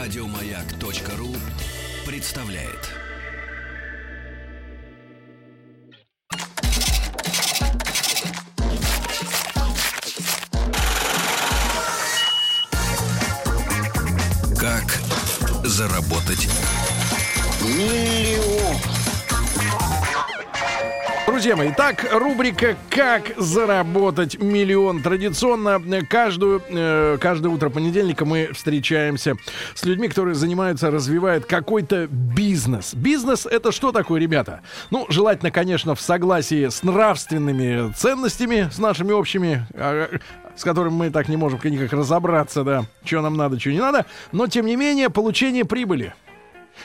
Радиомаяк.ру представляет. Как заработать Друзья мои, итак, рубрика «Как заработать миллион». Традиционно э, каждую, э, каждое утро понедельника мы встречаемся с людьми, которые занимаются, развивают какой-то бизнес. Бизнес — это что такое, ребята? Ну, желательно, конечно, в согласии с нравственными ценностями, с нашими общими, э, с которыми мы так не можем никак разобраться, да, что нам надо, что не надо. Но, тем не менее, получение прибыли.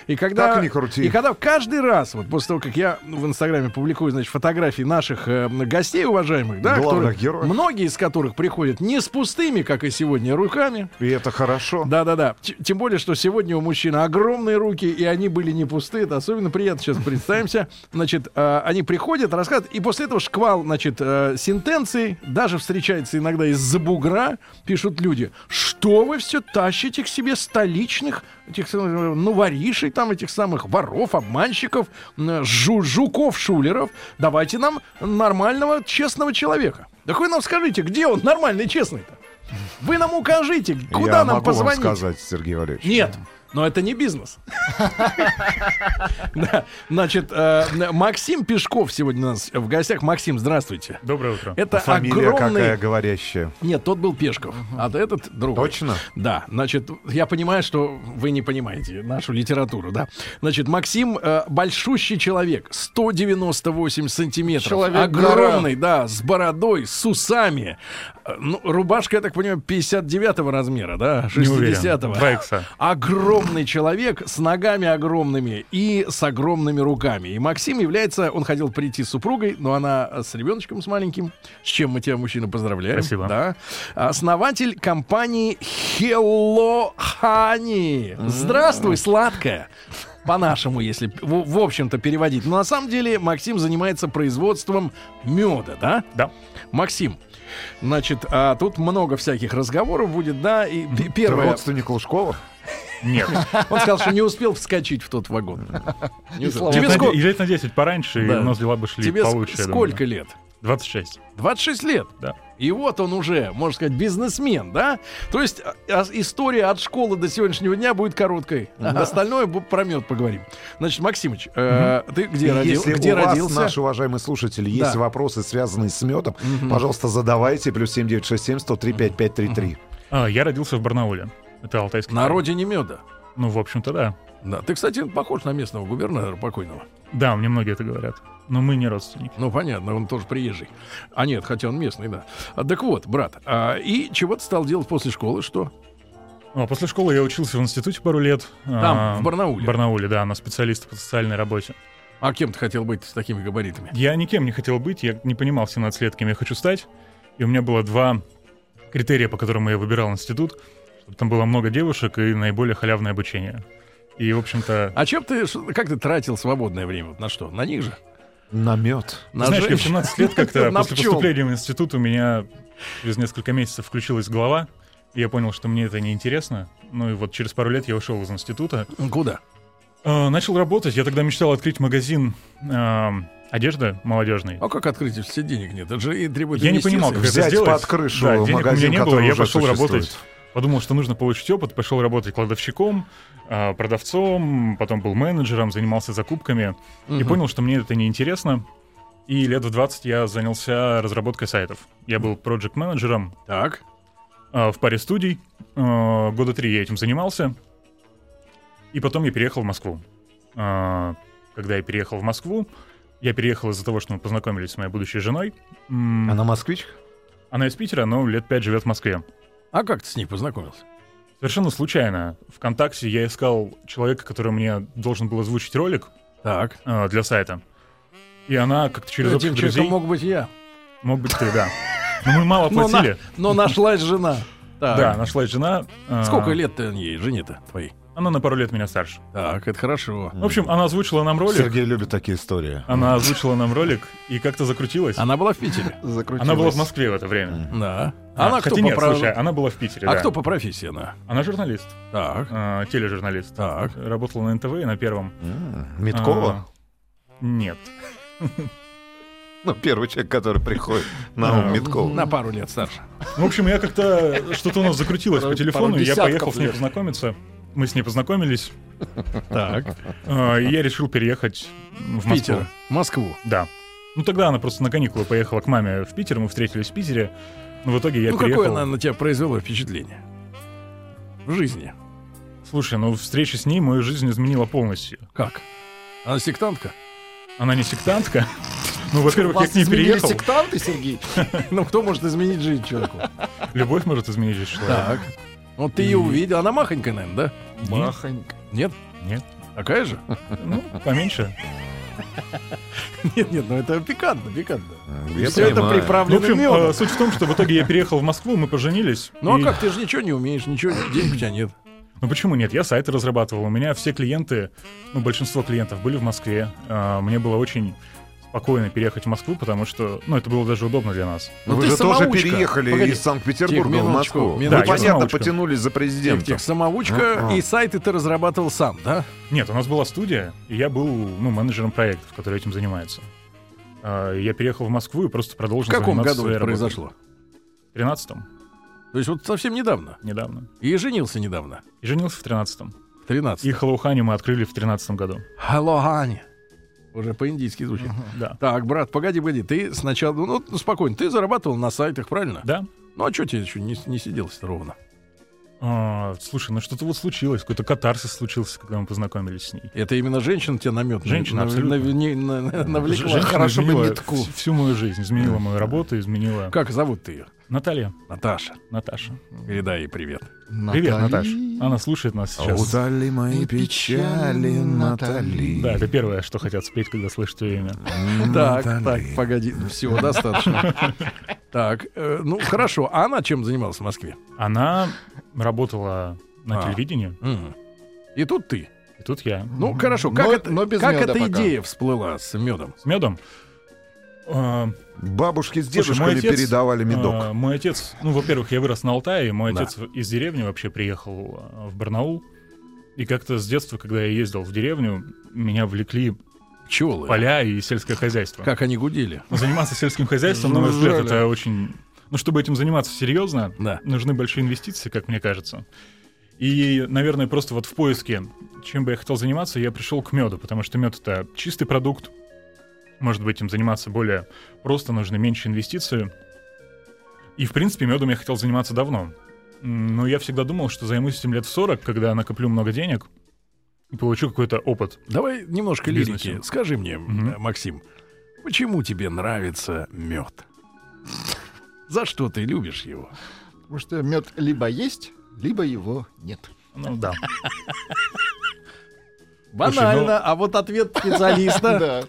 И когда, Как ни крути. И когда каждый раз, вот после того, как я в Инстаграме публикую, значит, фотографии наших э, гостей уважаемых, да, Главных которые- героев. многие из которых приходят не с пустыми, как и сегодня, руками. И это хорошо. Да-да-да. Т- Тем более, что сегодня у мужчин огромные руки, и они были не пустые. Это особенно приятно. Сейчас представимся. Значит, э, они приходят, рассказывают, и после этого шквал, значит, э, сентенций, даже встречается иногда из-за бугра, пишут люди. Что вы все тащите к себе столичных, этих самых, э, ну, воришей там, этих самых воров, обманщиков, м, жу- жуков, шулеров. Давайте нам нормального, честного человека. Так вы нам скажите, где он нормальный, честный-то? Вы нам укажите, куда Я нам могу позвонить? вам сказать, Сергей Валерьевич. Нет. Но это не бизнес. Да. Значит, э, Максим Пешков сегодня у нас в гостях. Максим, здравствуйте. Доброе утро. Это Фамилия какая огромный... говорящая. Нет, тот был Пешков, а этот другой. Точно? Да, значит, я понимаю, что вы не понимаете нашу литературу, да. Значит, Максим э, большущий человек, 198 сантиметров, огромный, да, с бородой, с усами. Э, Ну, рубашка, я так понимаю, 59 размера, да, Не уверен. 60-го. Два икса. Огромный человек с ногами огромными и с огромными руками. И Максим является, он хотел прийти с супругой, но она э, с ребеночком с маленьким, с чем мы тебя, мужчина, поздравляем. Спасибо. Да. Основатель компании Hello Honey. Здравствуй, сладкая. По-нашему, если в, в общем-то переводить. Но на самом деле Максим занимается производством меда, да? Да. Максим, значит, а тут много всяких разговоров будет, да? И п- Ты первое, родственник Лужкова? Нет. он сказал, что не успел вскочить в тот вагон. Не успел. Лет Тебе на ско- де- лет на 10 пораньше, Да. и у нас дела бы шли тебе ск- получше. я думаю. сколько лет? 26. 26 лет. Да. И вот он уже, можно сказать, бизнесмен, да? То есть а- а- история от школы до сегодняшнего дня будет короткой. А Остальное бу- про мед поговорим. Значит, Максимыч, э, ты где, И родил- Если где у вас, родился? наши уважаемые слушатели, есть Да. вопросы, связанные с медом, пожалуйста, задавайте. Плюс 7967 103 5533. А, я родился в Барнауле. Это Алтайский край. На родине меда. Ну, в общем-то, да. Да. Ты, кстати, похож на местного губернатора покойного. Да, мне многие это говорят. Но мы не родственники. Ну, понятно, он тоже приезжий. А нет, хотя он местный, да. А, Так вот, брат, а, и чего ты стал делать после школы? Что? А после школы я учился в институте пару лет. Там, А, в Барнауле? В Барнауле, да, на специалиста по социальной работе. А кем ты хотел быть с такими габаритами? Я никем не хотел быть, я не понимал в 17 лет, кем я хочу стать. И у меня было два критерия, по которым я выбирал институт. Чтобы там было много девушек и наиболее халявное обучение. И, в общем-то... А чем ты, ш- как ты тратил свободное время? Вот На что? На них же? На мед. На Знаешь, я в женщин? 17 лет как-то На после пчел. поступления в институт у меня через несколько месяцев включилась голова, и я понял, что мне это неинтересно. Ну и вот через пару лет я ушел из института. Куда? Э, Начал работать. Я тогда мечтал открыть магазин э, одежды молодежной. А как открыть, если денег нет? Это же и требует Я не инвестиций. понимал, как это Взять сделать. под крышу Да, денег магазин, у меня не было, который я уже пошел существует. работать. Подумал, что нужно получить опыт, пошел работать кладовщиком, э, продавцом, потом был менеджером, занимался закупками. И Мгм. понял, что мне это неинтересно. И лет в 20 я занялся разработкой сайтов. Я был проект-менеджером Так. э, в паре студий. Э, Года три я этим занимался. И потом я переехал в Москву. Э, Когда я переехал в Москву, я переехал из-за того, что мы познакомились с моей будущей женой. М, Она москвичка? Она из Питера, но лет пять живет в Москве. А как ты с ней познакомился? Совершенно случайно. Вконтакте я искал человека, который мне должен был озвучить ролик Так. э, для сайта. И она как-то через Этим общих друзей... человеком Мог... мог быть я. быть ты, да. Но мы Но, мало Ну, на- платили. но нашлась жена. Так. Да, нашлась жена. э, Сколько лет ты ей, жене-то твоей? Она на пару лет меня старше. Так, это хорошо. В общем, она озвучила нам ролик. Сергей любит такие истории. Она озвучила нам ролик и как-то закрутилась. Она была в Питере. Она была в Москве в это время. Да. А, Она кто хотя по нет, прав- слушай, она была в Питере, А да. кто по профессии она? Она журналист, Так. э, тележурналист. Так. Работала на НТВ и на первом. М, Миткова? А, Нет. Ну, первый человек, который приходит на ум А, Миткова. На пару лет старше. В общем, я как-то что-то у нас закрутилось по Пару- телефону, пару и я десятков поехал с ней лет. познакомиться. Мы с ней познакомились, Так. э, и я решил переехать м, в В Москву. Питер. Москву. Да. Ну тогда она просто на каникулы поехала к маме в Питер, мы встретились в Питере. Но в итоге я ну, переехал. какое она на тебя произвела впечатление? В жизни. Слушай, ну встреча с ней мою жизнь изменила полностью. Как? Она сектантка? Она не сектантка. Ну, во-первых, я Вас к ней изменили переехал. сектанты, Сергей? Ну, кто может изменить жизнь человеку? Любовь может изменить жизнь человека. Так. Вот ты ее увидел. Она махонькая, наверное, да? Махонька. Нет? Нет. Такая же? Ну, поменьше. Нет, нет, ну это пикантно, пикантно. Я Все это понимаю. Ну, в приправлено общем, мёдом. э, суть в том, что в итоге я переехал в Москву, мы поженились. Ну а и- как, ты же ничего не умеешь, ничего, денег у тебя нет. Ну почему нет? Я сайты разрабатывал. У меня все клиенты, ну большинство клиентов были в Москве. А, Мне было очень спокойно переехать в Москву, потому что, ну, это было даже удобно для нас. Ну, Вы ты же тоже самоучка. переехали Погоди. из Санкт-Петербурга Тихо, в минуточку, Москву. минуточку. Вы, Да, я понятно, самоучка. потянулись за президента. Тих-тих, самоучка, А-а. и сайты ты разрабатывал сам, да? Нет, у нас была студия, и я был, ну, менеджером проектов, который этим занимается. А, Я переехал в Москву и просто В продолжил каком заниматься году своей это работой. произошло? В 13-м, То есть вот совсем недавно. недавно. И женился недавно. И женился в 13-м. В 13. И Халаухани мы открыли в 13-м году. Hello, honey. Уже по-индийски звучит. Да. Так, брат, погоди, погоди, ты сначала, ну, ну, спокойно, ты зарабатывал на сайтах, правильно? Да? Ну, а что тебе еще не, не сиделось-то ровно? А, Слушай, ну что-то вот случилось, какой-то катарсис случился, когда мы познакомились с ней. Это именно женщина тебя намет. Женщина, абсолютно. навлекла. Женщина Хорошо бы изменила нитку. вс- Всю мою жизнь изменила мою работу, изменила. Как зовут ты ее? Наталья, Наташа. Наташа. Передай ей привет. Привет, Наташа. Она слушает нас сейчас. Удали мои печали, Натали. Да, это первое, что хотят спеть, когда слышат ее имя. Так, Натали. так, погоди, ну, всего достаточно. Так, э, ну хорошо, а она чем занималась в Москве? Она работала на А. телевидении, Мгм. И тут ты. и тут я. Ну хорошо, как Но- это- но без как эта меда пока. идея всплыла с медом? С медом. А, Бабушки с Слушай, мой дедушками отец, передавали медок. а, Мой отец, ну, во-первых, я вырос на Алтае, мой Да. отец из деревни вообще приехал а, в Барнаул. И как-то с детства, когда я ездил в деревню, меня влекли Пчелы. поля и сельское хозяйство. Как они гудели. Но Заниматься сельским хозяйством, на мой взгляд, это очень... Ну, чтобы этим заниматься серьезно, Да. нужны большие инвестиции, как мне кажется. И, наверное, просто вот в поиске, чем бы я хотел заниматься, я пришел к меду, потому что мед это чистый продукт. Может быть, им заниматься более просто, нужно меньше инвестиций. И, в принципе, медом я хотел заниматься давно. М, Но я всегда думал, что займусь этим лет в 40, когда накоплю много денег и получу какой-то опыт. Давай немножко Бизнесе. лирики. Скажи мне, Мгм. э, Максим, почему тебе нравится мед? За что ты любишь его? Потому что мед либо есть, либо его нет. Ну да. ну Банально, а вот ответ специалиста. Да. А,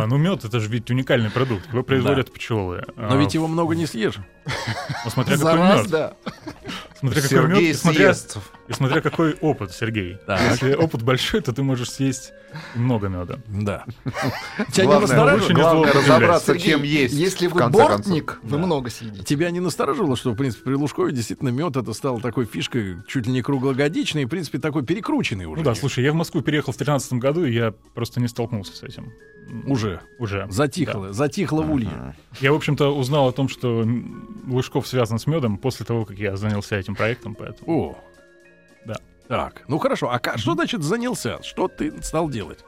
Да. ну, мед это же ведь уникальный продукт. Его производят пчелы. А, Но ведь его много не съешь. Смотря За какой раз, мед. да. Смотря какой мед Сергей и смотря, съест. и смотря какой опыт, Сергей. Так. Если опыт большой, то ты можешь съесть много меда. Да. Тебя не Главное, настораживало? лучше не Главное злоупотреблять. разобраться, Сергей, чем есть. Если в вы конце концов. бортник, вы много съедите. Тебя не настораживало, что, в принципе, при Лужкове действительно мед это стал такой фишкой чуть ли не круглогодичной, и, в принципе, такой перекрученный уже. Ну да, слушай, я в Москву переехал в 2013 году, и я просто не столкнулся с этим. М, Уже Уже. затихло, затихло в улье. Я, в общем-то, узнал о том, что м, Лужков связан с медом после того, как я занялся этим проектом, поэтому... О. Да. Так, ну хорошо, а ка- что значит занялся? Что ты стал делать?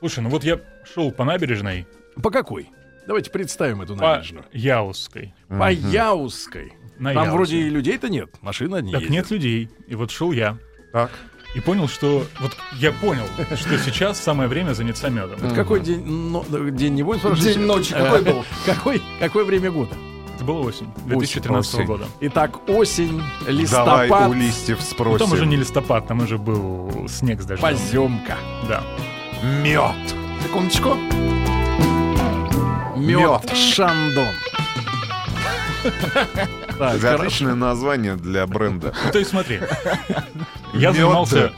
Слушай, ну вот я шел по набережной, По какой? Давайте представим эту по набережную. Яузской. По, Яузской. На Там Яузе. вроде и людей-то нет, машины одни Так ездят. нет людей, и вот шел я. Так. И понял, что... Вот я понял, что сейчас самое время заняться медом. Вот Какой день, но- э, день не будем спрашивать? День ночи какой был? Какой, какое время года? Это было осень 2013 осень. года. Итак, осень, листопад, Давай у листьев Ну, там уже спросим. не листопад, там уже был снег с дождем. поземка. Да. Мед. Секундочку. Мед Шандон. Так, Это хорошо. отличное название для бренда. Ну, то есть смотри, я Мёд. занимался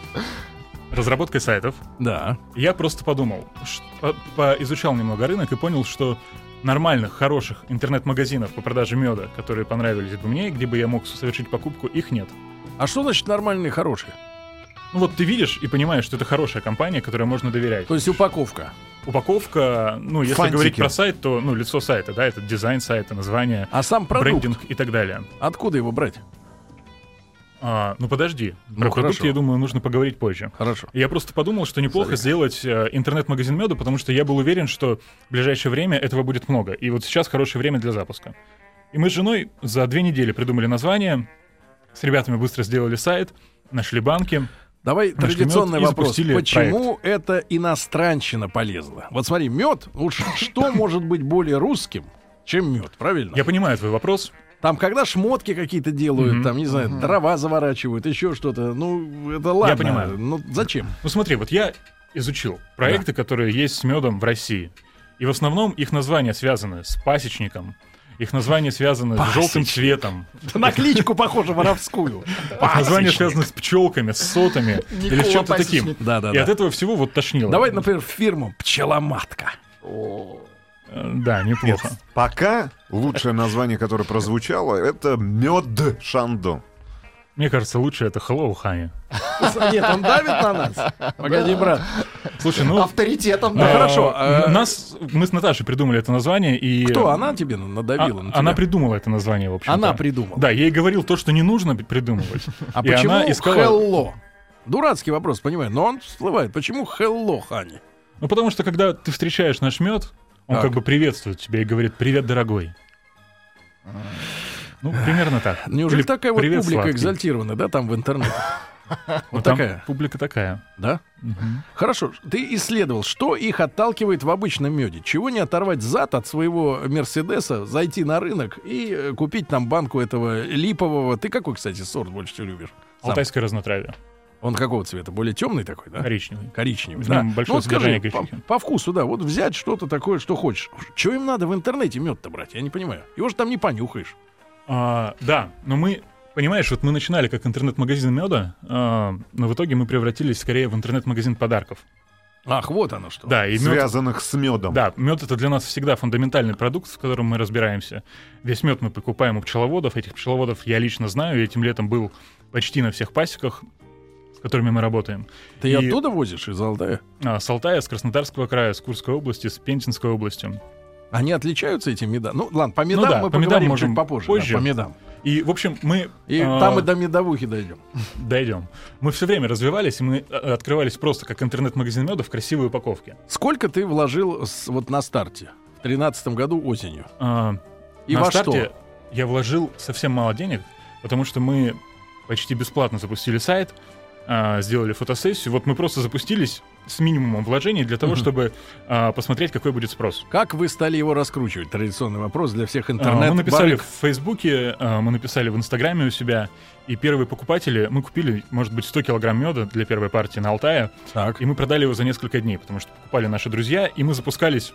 разработкой сайтов. Да. э, Я просто подумал, ш- по- поизучал немного рынок и понял, что нормальных, хороших интернет-магазинов по продаже меда, которые понравились бы мне, где бы я мог совершить покупку, их нет. А что значит нормальные, хорошие? Ну вот ты видишь и понимаешь, что это хорошая компания, которой можно доверять. То есть упаковка. Упаковка, ну если Фантики. говорить про сайт, то ну лицо сайта, да, это дизайн сайта, название, А сам продукт, брендинг и так далее. откуда его брать? А, ну подожди, Ну, про продукт, хорошо. я думаю, нужно поговорить позже. Хорошо. Я просто подумал, что неплохо сделать э, интернет-магазин меда, потому что я был уверен, что в ближайшее время этого будет много. И вот сейчас хорошее время для запуска. И мы с женой за две недели придумали название, с ребятами быстро сделали сайт, нашли банки. Давай Нашли традиционный мед и вопрос. запустили Почему это иностранщина полезла? Вот смотри, мед, уж что может быть более русским, чем мед, правильно? Я понимаю твой вопрос. Там, когда шмотки какие-то делают, Мгм. там, не знаю, дрова заворачивают, еще что-то. Ну, это ладно. понимаю. Ну, зачем? Ну смотри, вот я изучил проекты, которые есть с медом в России. И в основном их названия связаны с пасечником, их названия связаны с желтым Пасечник. цветом, На кличку похоже воровскую. их названия связаны с пчелками, с сотами или с Никола чем-то таким. Пасечник. Да, да, И от да. этого всего вот тошнило. Давай, например, фирму Пчеломатка. Э, Да, неплохо. Пока лучшее название, которое прозвучало, это мед Шандо. Мне кажется, лучше это Hello, Хани. Нет, он давит на нас. Погоди, брат. Слушай, ну... Авторитетом, Да. э, да. хорошо, э, Нас, мы с Наташей придумали это название и... Кто? Она тебе А- надавила? на тебя? она придумала это название, в общем Она придумала. Да, я ей говорил то, что не нужно придумывать. А И почему она искала- Hello? Дурацкий вопрос, понимаю, но он всплывает. Почему Hello, Хани? Ну, потому что, когда ты встречаешь наш мед, он Так. как бы приветствует тебя и говорит «Привет, дорогой». Ну, примерно так. Неужели Или такая вот «Привет, публика сладкий». экзальтированная, да, там в интернете? Ну, Вот там такая, Публика такая. да? Мгм. Хорошо, ты исследовал, что их отталкивает в обычном меде. Чего не оторвать зад от своего Мерседеса, зайти на рынок и э, купить там банку этого липового. Ты какой, кстати, сорт больше всего любишь? Сам. Алтайское разнотравие. Он какого цвета? Более темный такой, да? Коричневый. Коричневый, В да. нем ну, большое вот скажи, содержание по, горчички. по вкусу, да, вот взять что-то такое, что хочешь. Чего им надо в интернете мед-то брать? Я не понимаю. Его же там не понюхаешь. А, да, но мы, понимаешь, вот мы начинали как интернет-магазин меда, а, но в итоге мы превратились скорее в интернет-магазин подарков. Ах, вот оно что. Да, и мед, Связанных с медом. да, мед это для нас всегда фундаментальный продукт, с которым мы разбираемся. Весь мед мы покупаем у пчеловодов, этих пчеловодов я лично знаю, и этим летом был почти на всех пасеках, с которыми мы работаем. Ты и- оттуда возишь из Алтая? А, с Алтая, с Краснодарского края, с Курской области, с Пентинской области. Они отличаются, эти меда? Ну, ладно, по медам да, мы по медам поговорим можем чуть попозже. позже. да, по медам. И, в общем, мы... И а, там и до медовухи дойдем. Дойдем. Мы все время развивались, и мы э, открывались просто как интернет-магазин меда в красивой упаковке. Сколько ты вложил с- вот на старте? В тринадцатом году осенью. А, И на во старте что? я вложил совсем мало денег, потому что мы почти бесплатно запустили сайт, а, сделали фотосессию. Вот мы просто запустились с минимумом вложений для того, Мгм. чтобы а, посмотреть, какой будет спрос. Как вы стали его раскручивать? Традиционный вопрос для всех А, интернет мы написали в Фейсбуке, а, мы написали в Инстаграме у себя, и первые покупатели, мы купили, может быть, 100 килограмм меда для первой партии на Алтае, Так. и мы продали его за несколько дней, потому что покупали наши друзья, и мы запускались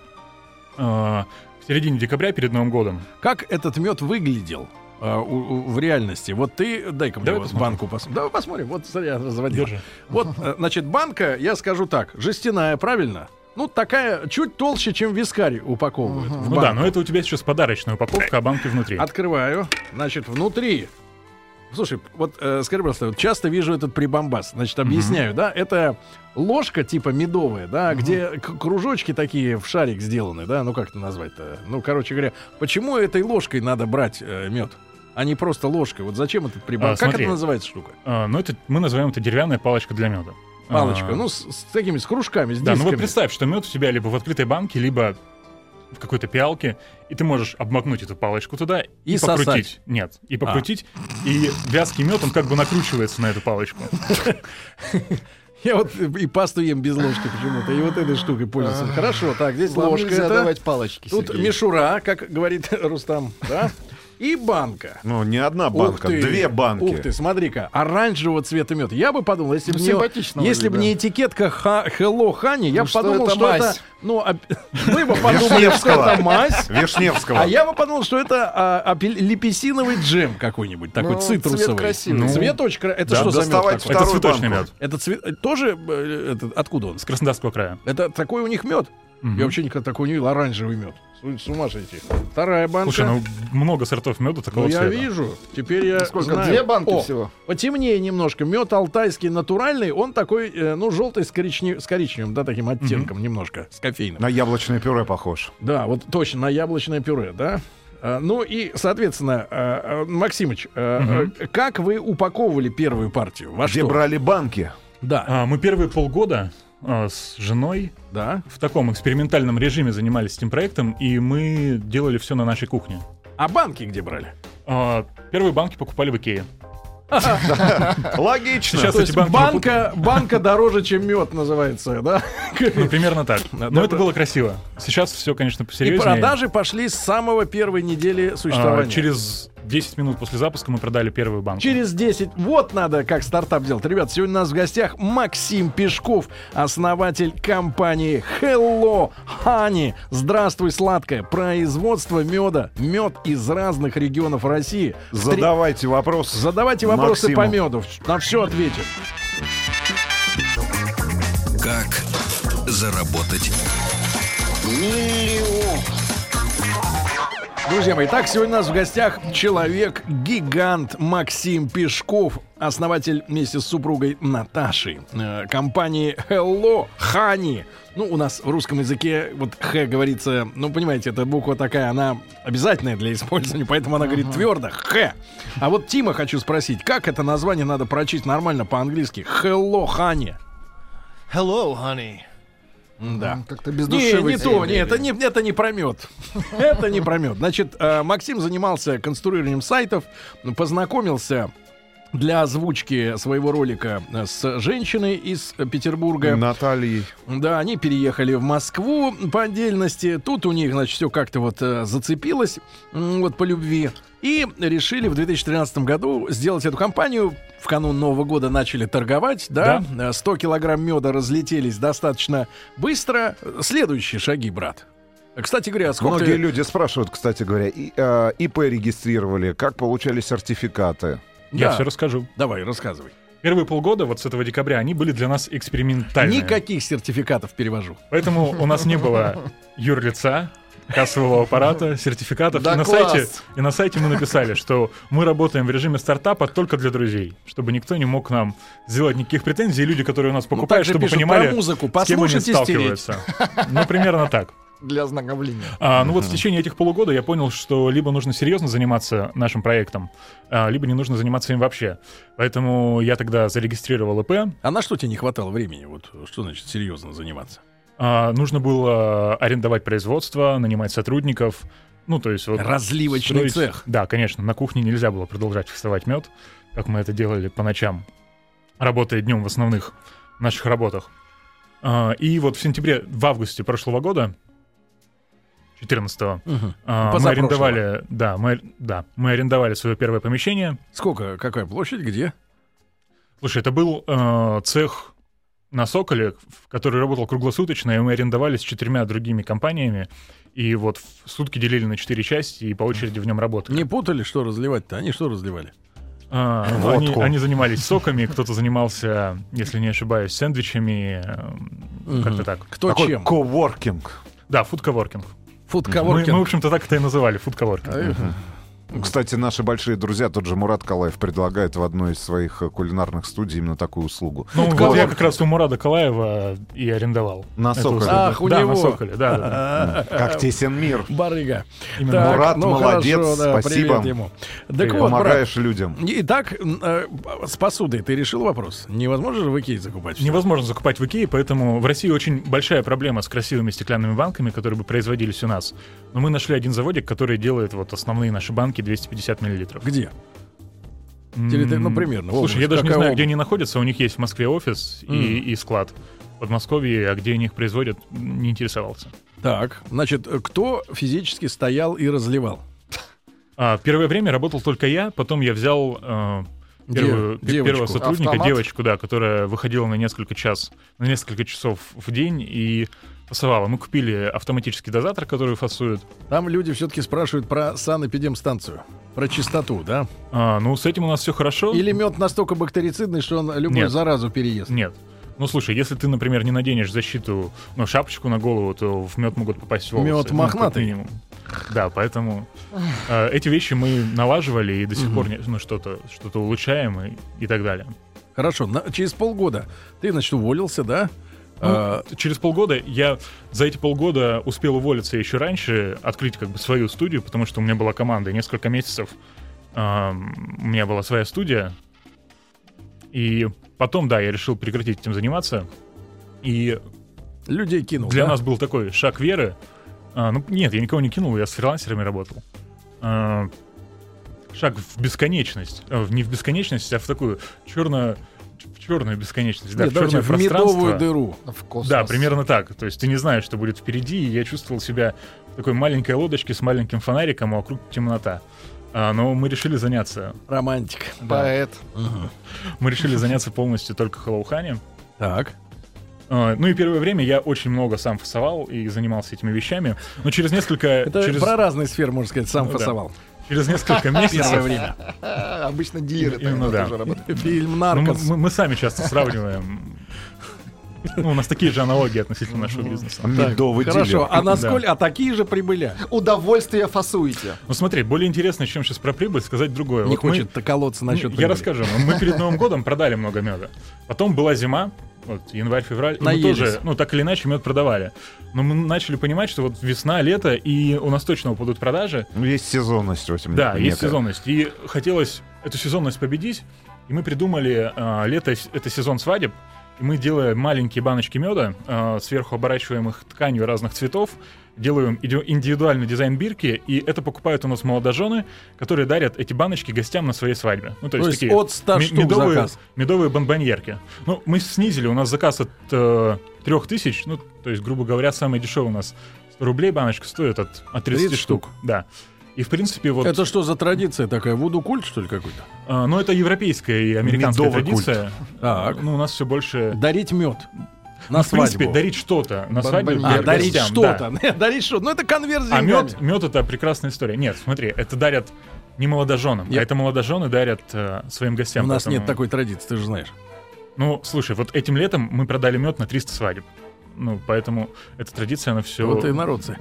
а, в середине декабря перед Новым годом. Как этот мед выглядел а, у- у- в реальности? Вот ты, дай-ка мне Давай вот посмотрим. банку посмотрим. Давай посмотрим. Вот смотри, я разводил. Держи. Вот, э, значит, банка, я скажу так, жестяная, правильно? Ну, такая, чуть толще, чем вискарь упаковывают. в Ну да, банку. но это у тебя сейчас подарочная упаковка, а банки внутри. Открываю. Значит, внутри. Слушай, вот э, скажи, просто, вот часто вижу этот прибамбас. Значит, объясняю, да? Это ложка типа медовая, да, где к- кружочки такие в шарик сделаны, да? Ну, как это назвать-то? Ну, короче говоря, почему этой ложкой надо брать мед? А не просто ложкой. Вот зачем этот прибамбас? как смотри. это называется штука? А, ну, это мы называем это деревянная палочка для меда. Палочка. А, Ну, с, с такими, с кружками, с да, ну дисками. вот представь, что мед у тебя либо в открытой банке, либо в какой-то пиалке, и ты можешь обмакнуть эту палочку туда и, И сосать. А. покрутить. Нет, и покрутить, и вязкий мед он как бы накручивается на эту палочку. Я вот и пасту ем без ложки почему-то, и вот этой штукой пользуюсь. Хорошо, так, здесь Вам ложка нельзя это. давать палочки, Тут Сергей. мишура, как говорит Рустам, да? И банка. Ну, не одна банка, Ух ты. две банки. Ух ты, смотри-ка, оранжевого цвета мед. Я бы подумал, если бы Ну, симпатично не, если вроде, бы да. не этикетка Ха- Hello Хани, я Ну, бы что подумал, это что это... мазь? Ну, а- мы бы подумали, что Вишневского. это мазь. Вишневского. А я бы подумал, что это а, апель- лепесиновый джем какой-нибудь, такой Ну, цвет цитрусовый. красивый. Ну, Ну, цвет очень кра- Это да. что за мед Доставать такой? Это Вторую цветочный банку. мед Это цвет... Тоже... э, это- Откуда он? с Краснодарского края. Это такой у них мед. Мгм. Я вообще никогда такого не видел. Оранжевый мед. С, с ума сойти. Вторая банка. Слушай, ну много сортов меда такого Ну, я цвета. вижу. Теперь я Сколько? знаю. Две банки О, всего? Потемнее немножко. Мед алтайский натуральный, он такой, э, ну, желтый с, коричне- с коричневым, да, таким оттенком немножко, с кофейным. На яблочное пюре похож. Да, вот точно, на яблочное пюре, да? А, Ну и, соответственно, а, а, Максимыч, а, а, как вы упаковывали первую партию? Во Где А что? брали банки? Да, А, мы первые полгода а, с женой да. в таком экспериментальном режиме занимались этим проектом, и мы делали все на нашей кухне. А банки где брали? А, первые банки покупали в Икее. Логично. Сейчас То есть эти банки банка, банка дороже, чем мед называется, да? Ну, примерно так. Надо Но это было. было красиво. Сейчас все, конечно, И посерьезнее. продажи пошли с самого первой недели А, существования. через 10 минут после запуска мы продали первую банку. Через 10. Вот надо, как стартап делать. Ребят, сегодня у нас в гостях Максим Пешков, основатель компании Hello Honey. Здравствуй, сладкое. Производство меда. Мед из разных регионов России. Встре- Задавайте вопрос. Задавайте вопросы Максиму. по меду. На все ответим. Как заработать? Друзья мои, так сегодня у нас в гостях человек-гигант Максим Пешков, основатель вместе с супругой Наташей э, компании Hello Honey. Ну, у нас в русском языке вот Х говорится, ну, понимаете, эта буква такая, она обязательная для использования, поэтому она говорит твердо Х. А вот Тима хочу спросить, как это название надо прочесть нормально по-английски? Hello Honey. Hello, honey. Да. М, Как-то без души Не, не выйти. то, не, это не, это не промет. Это не промет. Значит, э, Максим занимался конструированием сайтов, познакомился для озвучки своего ролика э, с женщиной из э, Петербурга. Натальи. Да, они переехали в Москву по отдельности. Тут у них, значит, все как-то вот э, зацепилось, м, вот по любви. И решили в 2013 году сделать эту компанию. В канун Нового года начали торговать, да? Э, 100 килограмм меда разлетелись достаточно быстро. Следующие шаги, брат. Кстати говоря, сколько... Многие люди спрашивают, кстати говоря, и, э, ИП регистрировали, как получали сертификаты. Я Да. все расскажу. Давай, рассказывай. Первые полгода, вот с этого декабря, они были для нас экспериментальные. Никаких сертификатов перевожу. Поэтому у нас не было юрлица, кассового аппарата, сертификатов. Да и, на класс! сайте, и на сайте мы написали, что мы работаем в режиме стартапа только для друзей, чтобы никто не мог нам сделать никаких претензий, и люди, которые у нас Ну, покупают, также чтобы пишут понимали, про музыку. с кем они Послушайте стереть. сталкиваются. Ну, примерно так. Для ознакомления. А, ну вот в течение этих полугода я понял, что либо нужно серьезно заниматься нашим проектом, а, либо не нужно заниматься им вообще. Поэтому я тогда зарегистрировал ИП. А на что тебе не хватало времени? Вот что значит серьезно заниматься? А, нужно было арендовать производство, нанимать сотрудников. Ну, то есть вот... Разливочный строить- цех. Да, конечно. На кухне нельзя было продолжать фасовать мед, как мы это делали по ночам, работая днем в основных наших работах. А, и вот в сентябре, в августе прошлого года, 14 Мгм. А, мы Позапрошлого. арендовали, да, мы, да, мы арендовали свое первое помещение. Сколько? Какая площадь? Где? Слушай, это был э, цех на Соколе, в который работал круглосуточно, и мы арендовали с четырьмя другими компаниями. И вот в сутки делили на четыре части и по очереди в нем работали. Не путали, что разливать-то? Они что разливали? А, ну, они, Водку. они занимались соками, кто-то занимался, если не ошибаюсь, сэндвичами, э, как-то так. Кто Такой чем? коворкинг. Да, фудковоркинг. Мы, Фудковоркинг. Э, мы, в общем-то, так это и называли, фудковоркинг. Кстати, наши большие друзья, тот же Мурат Калаев, предлагает в одной из своих э, кулинарных студий именно такую услугу. Ну, вот Коворкинг. я как раз у Мурада Калаева и арендовал. На эту Соколе. услугу. Ах, у да, него. А, на Соколе, да, да, да. э, Как тесен мир. Барыга. ну, Именно. Мурат, молодец, спасибо. Привет ему. Так Привет. вот, брат, Помогаешь людям. Итак, м, э, с посудой ты решил вопрос? Невозможно же в Икее закупать? всё? Невозможно закупать в Икее, поэтому в России очень большая проблема с красивыми стеклянными банками, которые бы производились у нас. Но мы нашли один заводик, который делает вот основные наши банки 250 миллилитров. Где? Или ты, ну, примерно. Слушай, я область, даже не какая знаю, область? где они находятся. У них есть в Москве офис и, и склад. В Подмосковье, а где они их производят, не интересовался. Так, значит, э, кто физически стоял и разливал? А, первое время работал только я, потом я взял э, первую- Де- девочку. первого сотрудника, Автомат. девочку, да, которая выходила на несколько час, на несколько часов в день и фасовала. Мы купили автоматический дозатор, который фасует. Там люди все-таки спрашивают про санэпидемстанцию. Про чистоту, да? А, ну, с этим у нас все хорошо. Или мед настолько бактерицидный, что он любую Нет. заразу переест? Нет. Ну слушай, если ты, например, не наденешь защиту, ну, шапочку на голову, то в мед могут попасть волосы. Мёд Ну, как мохнатый. минимум. Да, поэтому э, эти вещи мы налаживали и до сих пор не- ну, что-то что улучшаем и, и так далее. Хорошо, на- через полгода ты, значит, уволился, да? Ну, А, Через полгода я за эти полгода успел уволиться еще раньше, открыть как бы свою студию, потому что у меня была команда и несколько месяцев. эм, у меня была своя студия. И потом, да, я решил прекратить этим заниматься. И людей кинул. для Ну да? нас был такой шаг веры. А, ну, нет, я никого не кинул, я с фрилансерами работал. А, шаг в бесконечность. А, в- не в бесконечность, а в такую черную, в черную бесконечность. Да, Нет, в давайте черное в медовую пространство. дыру. В космос. Да, примерно так. То есть ты не знаешь, что будет впереди, и я чувствовал себя в такой маленькой лодочке с маленьким фонариком, а вокруг темнота. А, но мы решили заняться. Романтик. Поэт. Мы решили заняться полностью только Хэллоухани. Так. А, Ну и первое время я очень много сам фасовал и занимался этими вещами. Но через несколько... Это через... про разные сферы, можно сказать, сам Ну да. фасовал. Через несколько месяцев. Первое время. А, Обычно дилеры так Именно ну да. тоже работают. Фильм Ну, мы, «Наркос». мы- мы сами часто сравниваем. Ну, у нас такие же аналогии относительно нашего бизнеса. Медовый Хорошо, дилер. а насколько... А такие же прибыля. Удовольствие фасуете. Ну смотри, более интересно, чем сейчас про прибыль, сказать другое. Не Вот мы- ну, хочет колоться насчет Я прибыли. расскажу. Мы перед Новым годом продали много меда. Потом была зима, вот, январь-февраль, и мы Наелись. тоже, ну, так или иначе, мед продавали. Но мы начали понимать, что вот весна, лето, и у нас точно упадут продажи. Ну, Есть сезонность, в общем. Да, есть некая. сезонность. И хотелось эту сезонность победить. И мы придумали а, лето с- это сезон свадеб. И мы делаем маленькие баночки меда, а, сверху оборачиваем их тканью разных цветов, делаем иди- индивидуальный дизайн бирки, и это покупают у нас молодожены, которые дарят эти баночки гостям на своей свадьбе. Ну, То есть от 100 ме- штук медовые, заказ. медовые бомбоньерки. Ну, мы снизили, у нас заказ от э, 3000, ну, то есть, грубо говоря, самый дешевый у нас 100 рублей баночка стоит от, от 30, 30 штук. штук. Да. И, в принципе, вот... Это что за традиция такая? Вуду-культ, что ли, какой-то? А, Ну, это европейская и американская Медовый традиция. Так. Ну, у нас все больше... Дарить мед на Ну, В принципе, свадьбу. дарить что-то на свадьбу. Бомбоньерки. А, гостям, дарить да. что-то. Дарить что-то. Ну, это конверсия. А мед, мед это прекрасная история. Нет, смотри, это дарят не молодоженам, Я- а это молодожены дарят э, своим гостям. У нас поэтому- нет такой традиции, ты же знаешь. Ну, слушай, вот этим летом мы продали мед на 300 свадеб. Ну, поэтому эта традиция, она все... Вот и народцы.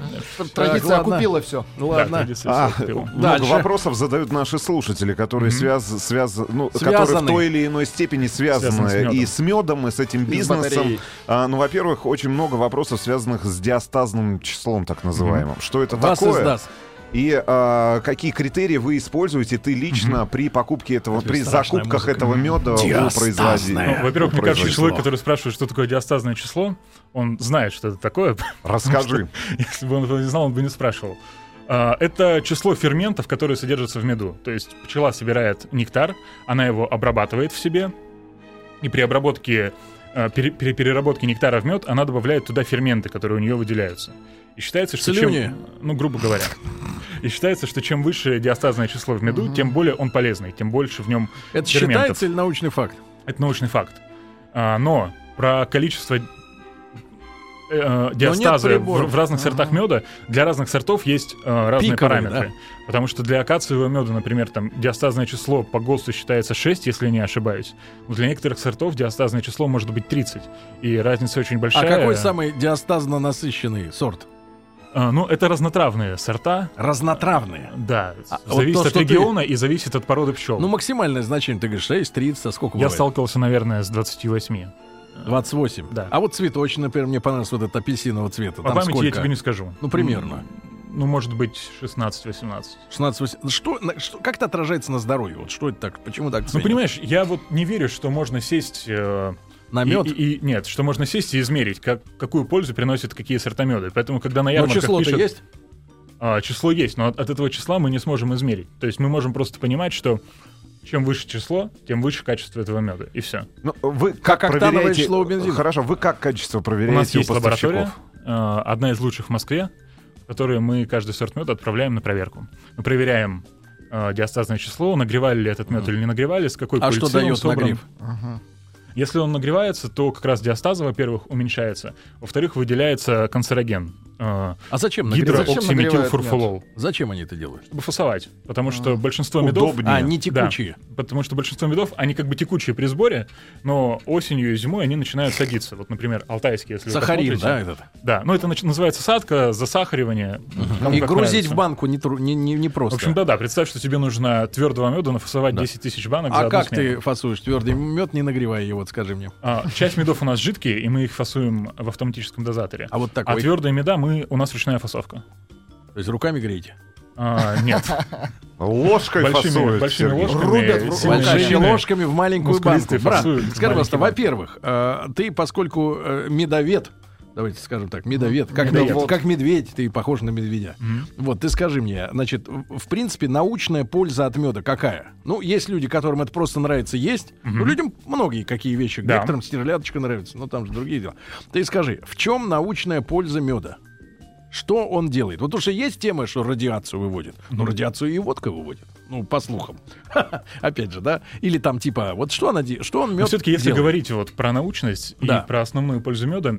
Традиция ладно. окупила все. Ну, Ладно. А, много Дальше. вопросов задают наши слушатели, которые связ, связ, ну, которые в Связаны. той или иной степени связаны, Связаны с мёдом. и с медом, и с этим бизнесом. батареей. А, ну, во-первых, очень много вопросов, связанных с диастазным числом, так называемым. Что это Вас такое? из нас. И а, какие критерии вы используете ты лично при покупке этого, при страшная закупках музыка. этого меда у Диастазная. производителя? Ну, во-первых, мне кажется, Производителя. человек, который спрашивает, что такое диастазное число, он знает, что это такое, Расскажи. Если бы он этого не знал, он бы не спрашивал. А, Это число ферментов, которые содержатся в меду. То есть пчела собирает нектар, она его обрабатывает в себе, и при обработке, э, пере- при переработке нектара в мед, она добавляет туда ферменты, которые у нее выделяются. И считается, что Слюни. чем, ну грубо говоря, и считается, что чем выше диастазное число в меду, тем более он полезный, тем больше в нем Это ферментов. считается или научный факт? Это научный факт. А, но про количество э, э, диастаза в, приборов. в разных сортах меда для разных сортов есть э, разные Пиковые, параметры. Потому что для акациевого меда, например, там диастазное число по ГОСТу считается 6, если я не ошибаюсь. Но для некоторых сортов диастазное число может быть 30. И разница очень А большая. какой самый диастазно насыщенный сорт? А, ну, это разнотравные сорта. Разнотравные. Да, А вот зависит то, от что ты- региона и зависит от породы пчел. Ну, максимальное значение, ты говоришь, да, есть 30, а сколько я бывает? сталкивался, наверное, с 28. 28. Да. А вот цветочный, например, мне понравился вот этот апельсинового цвета. По Там памяти сколько? я тебе не скажу. Ну, примерно. Ну, может быть, 16-18. 16, 18. Ну, Что, на- что- как это отражается на здоровье? Вот что это так? Почему так Ну, ценят? понимаешь, я вот не верю, что можно сесть... э, На и- мед? и- и- нет, что можно сесть и измерить, как, какую пользу приносят какие сорта меда. Поэтому, когда на Но ярмарках Ну, число-то пишут- есть? А, число есть, но от, от этого числа мы не сможем измерить. То есть мы можем просто понимать, что чем выше число, тем выше качество этого меда. И все. Ну, вы как, Как октановое проверяете... число у бензина. Хорошо, вы как качество У проверяете нас есть поставщиков? лаборатория, э, одна из лучших в Москве, в которой мы каждый сорт меда отправляем на проверку. Мы проверяем э, диастазное число, нагревали ли этот мед или не нагревали, с какой А что пыльцой он дает собран. нагрев? Если он нагревается, то как раз диастаза, во-первых, уменьшается, во-вторых, выделяется канцероген. э, А зачем нагревать? Зачем нагревают гидрооксиметилфурфолол. Зачем они это делают? Чтобы фасовать. Потому что большинство медов... А, не Да, текучие. потому что большинство медов, они как бы текучие при сборе, но осенью и зимой они начинают садиться. Вот, например, алтайский, если вы Сахарин, да, посмотрите. этот. Да, ну это нач- называется садка, засахаривание. Кому И как грузить нравится. в банку не, тру- не, не, не В просто. общем, да-да, представь, что тебе нужно твердого меда нафасовать 10 тысяч банок за а одну как смену. ты фасуешь твердый мед, не нагревая его, вот скажи мне? А, часть медов у нас жидкие, и мы их фасуем в автоматическом дозаторе. А вот А такой. твердые меда мы у нас ручная фасовка. То есть руками греете? А, нет, Ложкой большими, фасует, большими Сергей. Рубят ложками. ру- сильные большими мужчины. ложками в маленькую банку. мускулистые Брат, фасуют скажи, пожалуйста, маленькие банки. во-первых, э, ты, поскольку э, медовед, давайте скажем так, медовед, как, Медовед. медведь, как медведь, ты похож на медведя. Вот, ты скажи мне, значит, в в принципе, научная польза от меда какая? Ну, есть люди, которым это просто нравится есть. Ну, людям многие какие вещи. Да. Некоторым стерлядочка нравится, но там же другие дела. Ты скажи, в чем научная польза меда? Что он делает? Вот потому что есть тема, что радиацию выводит. но радиацию и водка выводит. Ну, по слухам. Опять же, да? Или там типа, вот что она де- что он мед все-таки, если делает? говорить вот про научность Да. и про основную пользу меда,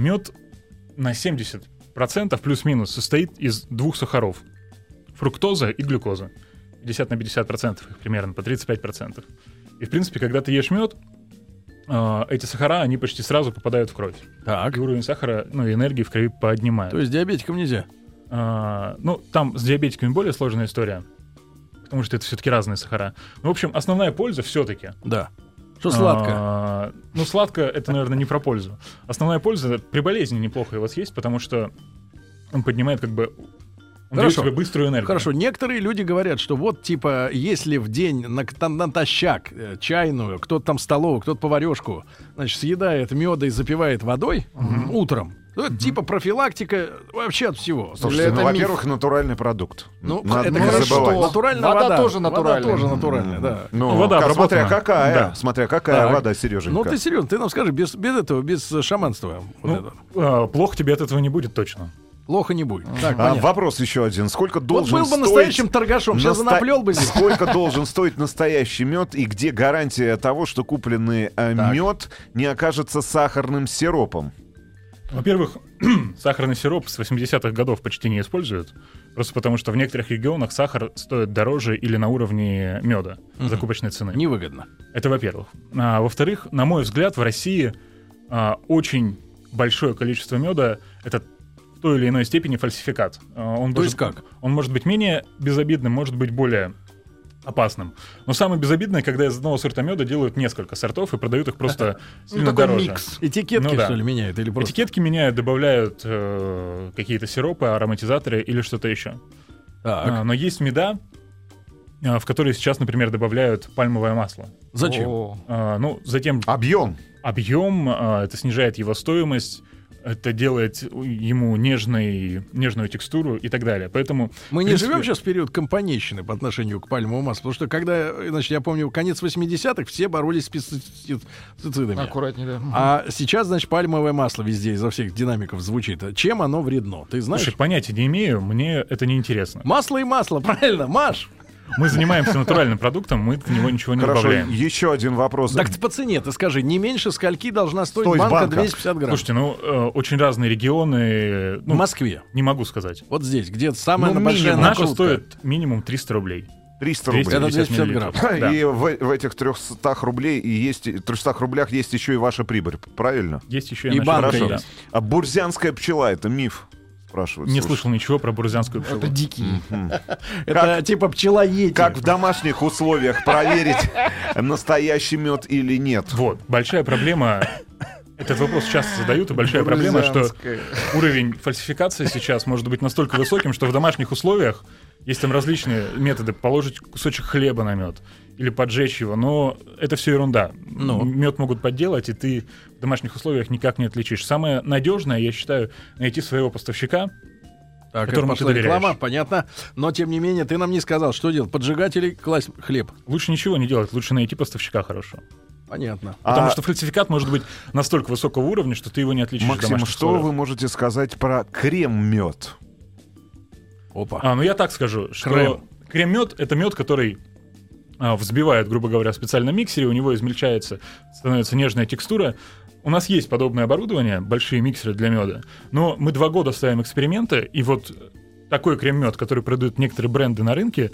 мед на 70% плюс-минус состоит из двух сахаров. Фруктоза и глюкоза. 50 на 50 процентов, их примерно по 35 процентов. И, в принципе, когда ты ешь мед, эти сахара, они почти сразу попадают в кровь. Так. И уровень сахара, ну, и энергии в крови поднимает. То есть диабетикам нельзя. А, ну, там с диабетиками более сложная история, потому что это все-таки разные сахара. Ну, в общем, основная польза все-таки. Да. А. Что сладко. ну, сладко это, наверное, не про пользу. Основная польза при болезни неплохо его съесть, потому что он поднимает как бы... Он дает Хорошо. тебе быструю энергию. Хорошо, некоторые люди говорят, что вот, типа, если в день на, там, натощак э, чайную, кто-то там столовую, кто-то поварешку, значит, съедает меда и запивает водой утром, то это типа профилактика вообще от всего. Слушайте, Или ну, это миф? во-первых, натуральный продукт. Ну, это Надо не хорошо. забывать. Натуральная Вода вода. тоже Вода натуральная. тоже натуральная, да. Ну, Вода как- смотря обработана. какая, Да. смотря какая Так. вода, Сереженька. Ну, ты серьезно, ты нам скажи, без, без этого, без э, шаманства, вот Ну, этого, а, плохо тебе от этого не будет точно. плохо не будет. Так, А, понятно. вопрос еще один. Сколько Вот должен был бы стоить... настоящим торгашом, сейчас наста- занаплел бы здесь. Сколько должен стоить настоящий мед и где гарантия того, что купленный э, Так. мед не окажется сахарным сиропом? Во-первых, сахарный сироп с 80-х годов почти не используют, просто потому что в некоторых регионах сахар стоит дороже или на уровне меда закупочной цены. Невыгодно. Это во-первых. А, во-вторых, на мой взгляд, в России а, очень большое количество меда это в той или иной степени фальсификат. А, он То даже- есть как? Он может быть менее безобидным, может быть более опасным. Но самое безобидное, когда из одного сорта меда делают несколько сортов и продают их просто сильно такой дороже. микс. Этикетки, Ну да. что ли, меняют? Или Ну, просто... Этикетки меняют, добавляют э, какие-то сиропы, ароматизаторы или что-то еще. Так, А, но есть меда, а, в которые сейчас, например, добавляют пальмовое масло. зачем? О. А, ну, затем Объем. объем, а, это снижает его стоимость, это делает ему нежный, нежную текстуру и так далее. Поэтому Мы не в принципе, живем сейчас в период компанейщины по отношению к пальмовому маслу, потому что когда, значит, я помню, конец 80-х все боролись с пестицидами. Аккуратнее, да. А сейчас, значит, пальмовое масло везде изо всех динамиков звучит. А Чем оно вредно? Ты знаешь? Слушай, понятия не имею, мне это не интересно. Масло и масло, правильно, Маш? Мы занимаемся натуральным продуктом, мы к него ничего не Хорошо, добавляем. еще один вопрос. Так ты по цене, ты скажи, не меньше скольки должна стоить Стоит банка, банка. 250 грамм? Слушайте, ну, э, очень разные регионы, в ну, Москве, не могу сказать. вот здесь, где самая Ну, большая минимум. Наша накрутка. стоит минимум 300 рублей. 300 рублей. 350 250 миллилитров. Ха, Да. И в, в этих 300 рублей и есть, и 300 рублях есть еще и ваша прибыль, правильно? Есть еще И начала, банка да. есть. А бурзянская пчела это миф, спрашивают. Не слушатели. слышал ничего про бурзянскую Э, пчелу. Это дикие. Это типа пчелоедение. Как в домашних условиях проверить, настоящий мед или нет? Вот, большая проблема. Этот вопрос часто задают, и большая проблема, что уровень фальсификации сейчас может быть настолько высоким, что в домашних условиях есть там различные методы положить кусочек хлеба на мед или поджечь его, но это все ерунда. Ну. Мед могут подделать, и ты в домашних условиях никак не отличишь. Самое надежное, я считаю, найти своего поставщика. Так, это которому пошла ты доверяешь. реклама, понятно. Но, тем не менее, ты нам не сказал, что делать. Поджигателей класть хлеб. Лучше ничего не делать, лучше найти поставщика хорошего. Понятно. Потому А- что фальсификат может быть настолько высокого уровня, что ты его не отличишь. в Максим, домашних что условиях. вы можете сказать про крем-мед? Опа. А, ну я так скажу, Крем. что крем-мед это мед, который а, взбивают, грубо говоря, в специальном миксере, у него измельчается, становится нежная текстура. У нас есть подобное оборудование, большие миксеры для меда, но мы два года ставим эксперименты, и вот такой крем-мед, который продают некоторые бренды на рынке,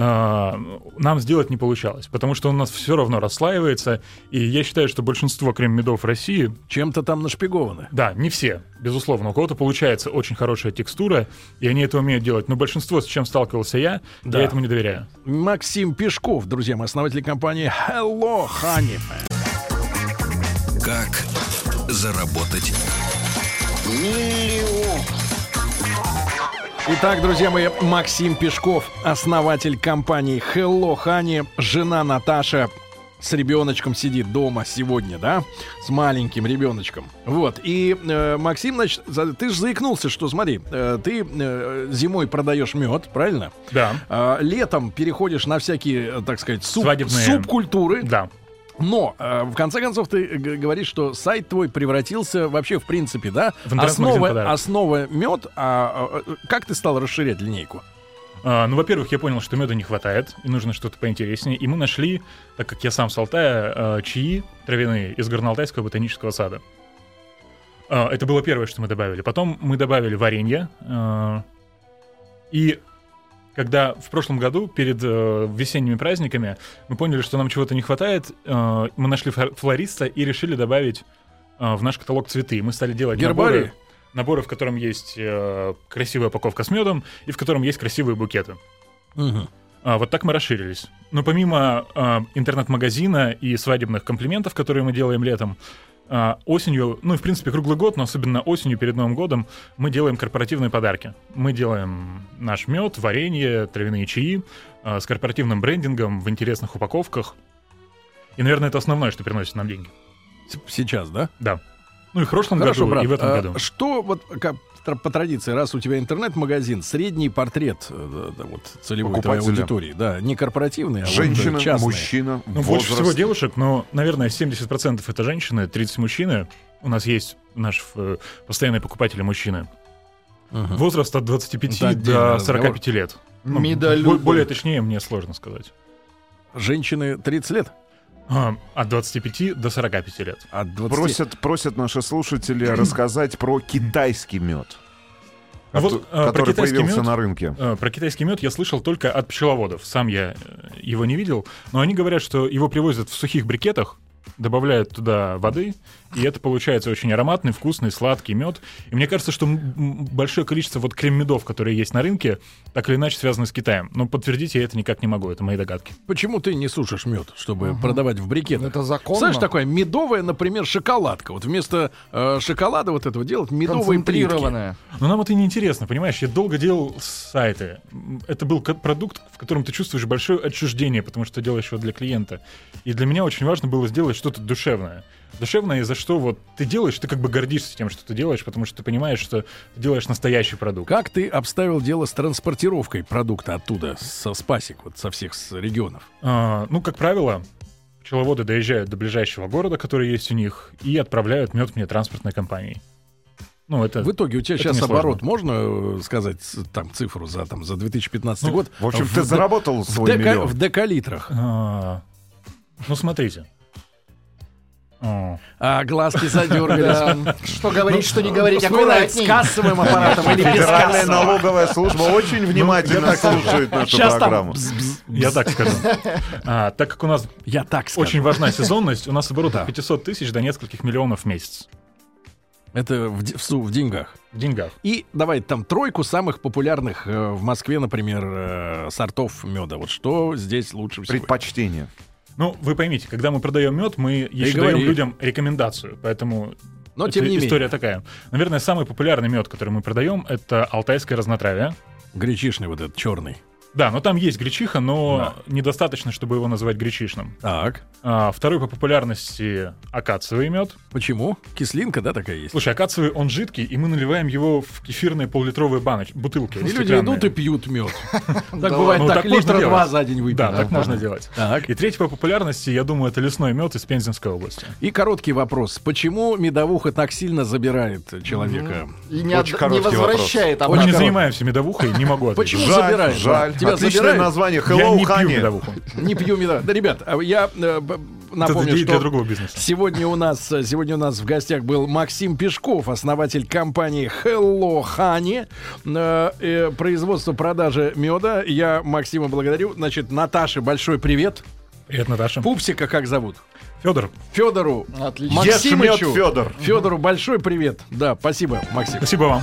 а, нам сделать не получалось, потому что он у нас все равно расслаивается, и я считаю, что большинство крем-медов России Чем-то там нашпигованы. да, не все, безусловно. У кого-то получается очень хорошая текстура, и они это умеют делать. Но большинство, с чем сталкивался я, Да. я этому не доверяю. Максим Пешков, друзья мои, основатель компании Hello Honey. Как заработать? Итак, друзья мои, Максим Пешков, основатель компании Hello Honey, жена Наташа с ребеночком сидит дома сегодня, да? С маленьким ребеночком. Вот. И э, Максим, значит, за- ты же заикнулся, что смотри, э, ты э, зимой продаешь мед, правильно? Да. А, летом переходишь на всякие, э, так сказать, суб- Свадебные. субкультуры. Да. Но, э, в конце концов, ты г- говоришь, что сайт твой превратился вообще, в принципе, да? В интернет-магазин основа, подарок. основа мед, а э, э, как ты стал расширять линейку? А, ну, во-первых, я понял, что меда не хватает, и нужно что-то поинтереснее. И мы нашли, так как я сам с Алтая, а, чаи травяные из Горналтайского ботанического сада. А, это было первое, что мы добавили. Потом мы добавили варенье. а, и когда в прошлом году, перед э, весенними праздниками, мы поняли, что нам чего-то не хватает, а, мы нашли флор- флориста и решили добавить а, в наш каталог цветы. Мы стали делать Гербарий? наборы, наборы, в котором есть э, красивая упаковка с медом и в котором есть красивые букеты. А, вот так мы расширились. Но помимо а, интернет-магазина и свадебных комплиментов, которые мы делаем летом, а, осенью, ну и в принципе круглый год, но особенно осенью перед Новым годом, мы делаем корпоративные подарки. Мы делаем наш мед, варенье, травяные чаи а, с корпоративным брендингом в интересных упаковках. И, наверное, это основное, что приносит нам деньги. С- Сейчас, да? Да. Ну и в прошлом Хорошо, году, брат. и в этом а, году. Что вот как тр- по традиции, раз у тебя интернет-магазин, средний портрет э, да, вот, целевой твоей Покупателя. аудитории, да, не корпоративный, а вот, э, Женщина, частный. мужчина, Ну, больше всего возраст. девушек, но, наверное, 70% это женщины, 30% мужчины. У нас есть наши э, постоянные покупатели мужчины. Мгм. Возраст от 25 Это отдельный до разговор. 45 лет. Ну, Медолюбы. бо- более точнее мне сложно сказать. Женщины 30 лет, А, От 25 до 45 лет. от 20 Просят, просят наши слушатели рассказать про китайский мед, А вот, кото- а, про который китайский появился мед? на рынке. Э, Про китайский мед я слышал только от пчеловодов. Сам я э, его не видел. Но они говорят, что его привозят в сухих брикетах, добавляют туда воды, и это получается очень ароматный, вкусный, сладкий мед. И мне кажется, что м- м- большое количество вот крем-медов, которые есть на рынке, так или иначе связаны с Китаем. Но подтвердить я это никак не могу, это мои догадки. Почему ты не сушишь мед, чтобы продавать в брикетах? Это законно. Знаешь, такая медовая, например, шоколадка. Вот вместо э, шоколада вот этого делать медовые плитки. концентрированная. Но нам это неинтересно, понимаешь? Я долго делал сайты. М, Это был ко- продукт, в котором ты чувствуешь большое отчуждение, потому что ты делаешь его для клиента. И для меня очень важно было сделать что-то душевное. Душевное, за что вот ты делаешь, ты как бы гордишься тем, что ты делаешь, потому что ты понимаешь, что ты делаешь настоящий продукт. Как ты обставил дело с транспортировкой продукта оттуда, со Спасик, вот со всех с регионов? А, ну, как правило, пчеловоды доезжают до ближайшего города, который есть у них, и отправляют мед мне транспортной компанией. Ну, это... В итоге у тебя Это сейчас несложно. оборот, можно э, сказать с- там цифру за, там, за 2015 Ну, год? В общем, В ты д- заработал В, свой дека- миллион. в декалитрах. а, ну, смотрите. А. А глазки задергались. Что говорить, что не говорить, Ну, Бывает, с аккуратней. кассовым аппаратом или без Федеральная кассового. налоговая служба Ну, очень внимательно слушает нашу программу. Я так скажу. А, так как у нас Я так скажу. очень важна сезонность, у нас оборот Да. от 500 тысяч до нескольких миллионов в месяц. Это в, д- в су- в деньгах. В деньгах. И давай там тройку самых популярных э, в Москве, например, э, сортов меда. Вот что здесь лучше всего? Предпочтение. Ну, вы поймите, когда мы продаем мед, мы еще говори. даем людям рекомендацию. Поэтому Но эта тем не история менее, такая. Наверное, самый популярный мед, который мы продаем, это алтайское разнотравие. гречишный вот этот черный. Да, но там есть гречиха, но недостаточно, чтобы его назвать гречишным. Так. А, второй по популярности акациевый мед. Почему? Кислинка, да, такая есть. Слушай, акациевый, он жидкий, и мы наливаем его в кефирные поллитровые баночки, бутылки. И люди стеклянные. идут и пьют мед. Так Да бывает, ладно. Ну, так так можно литра делать. два за день выпьют. Да, так Ага. можно делать. Так. И третий по популярности, я думаю, это лесной мед из Пензенской области. И короткий вопрос. Почему медовуха так сильно забирает э, человека? И Очень не, отда- не короткий вопрос. возвращает Мы не обратно. занимаемся медовухой, не могу ответить. Почему Жаль, забирает? жаль. тебя Отличное забирают. название. я Hello, не пью honey. медовуху. Не пью меда. Да, ребят, а я э, б- Это напомню, для, для что другого бизнеса. сегодня у нас э, сегодня у нас в гостях был Максим Пешков, основатель компании Hello Honey, Э, э, производство продажи меда. Я Максима благодарю. Значит, Наташе большой привет. Привет, Наташа. Пупсика как зовут? Федор, Федору. Отлично. Ешь мед, Максимычу. Федор. Федору большой привет. Да, спасибо, Максим. спасибо вам.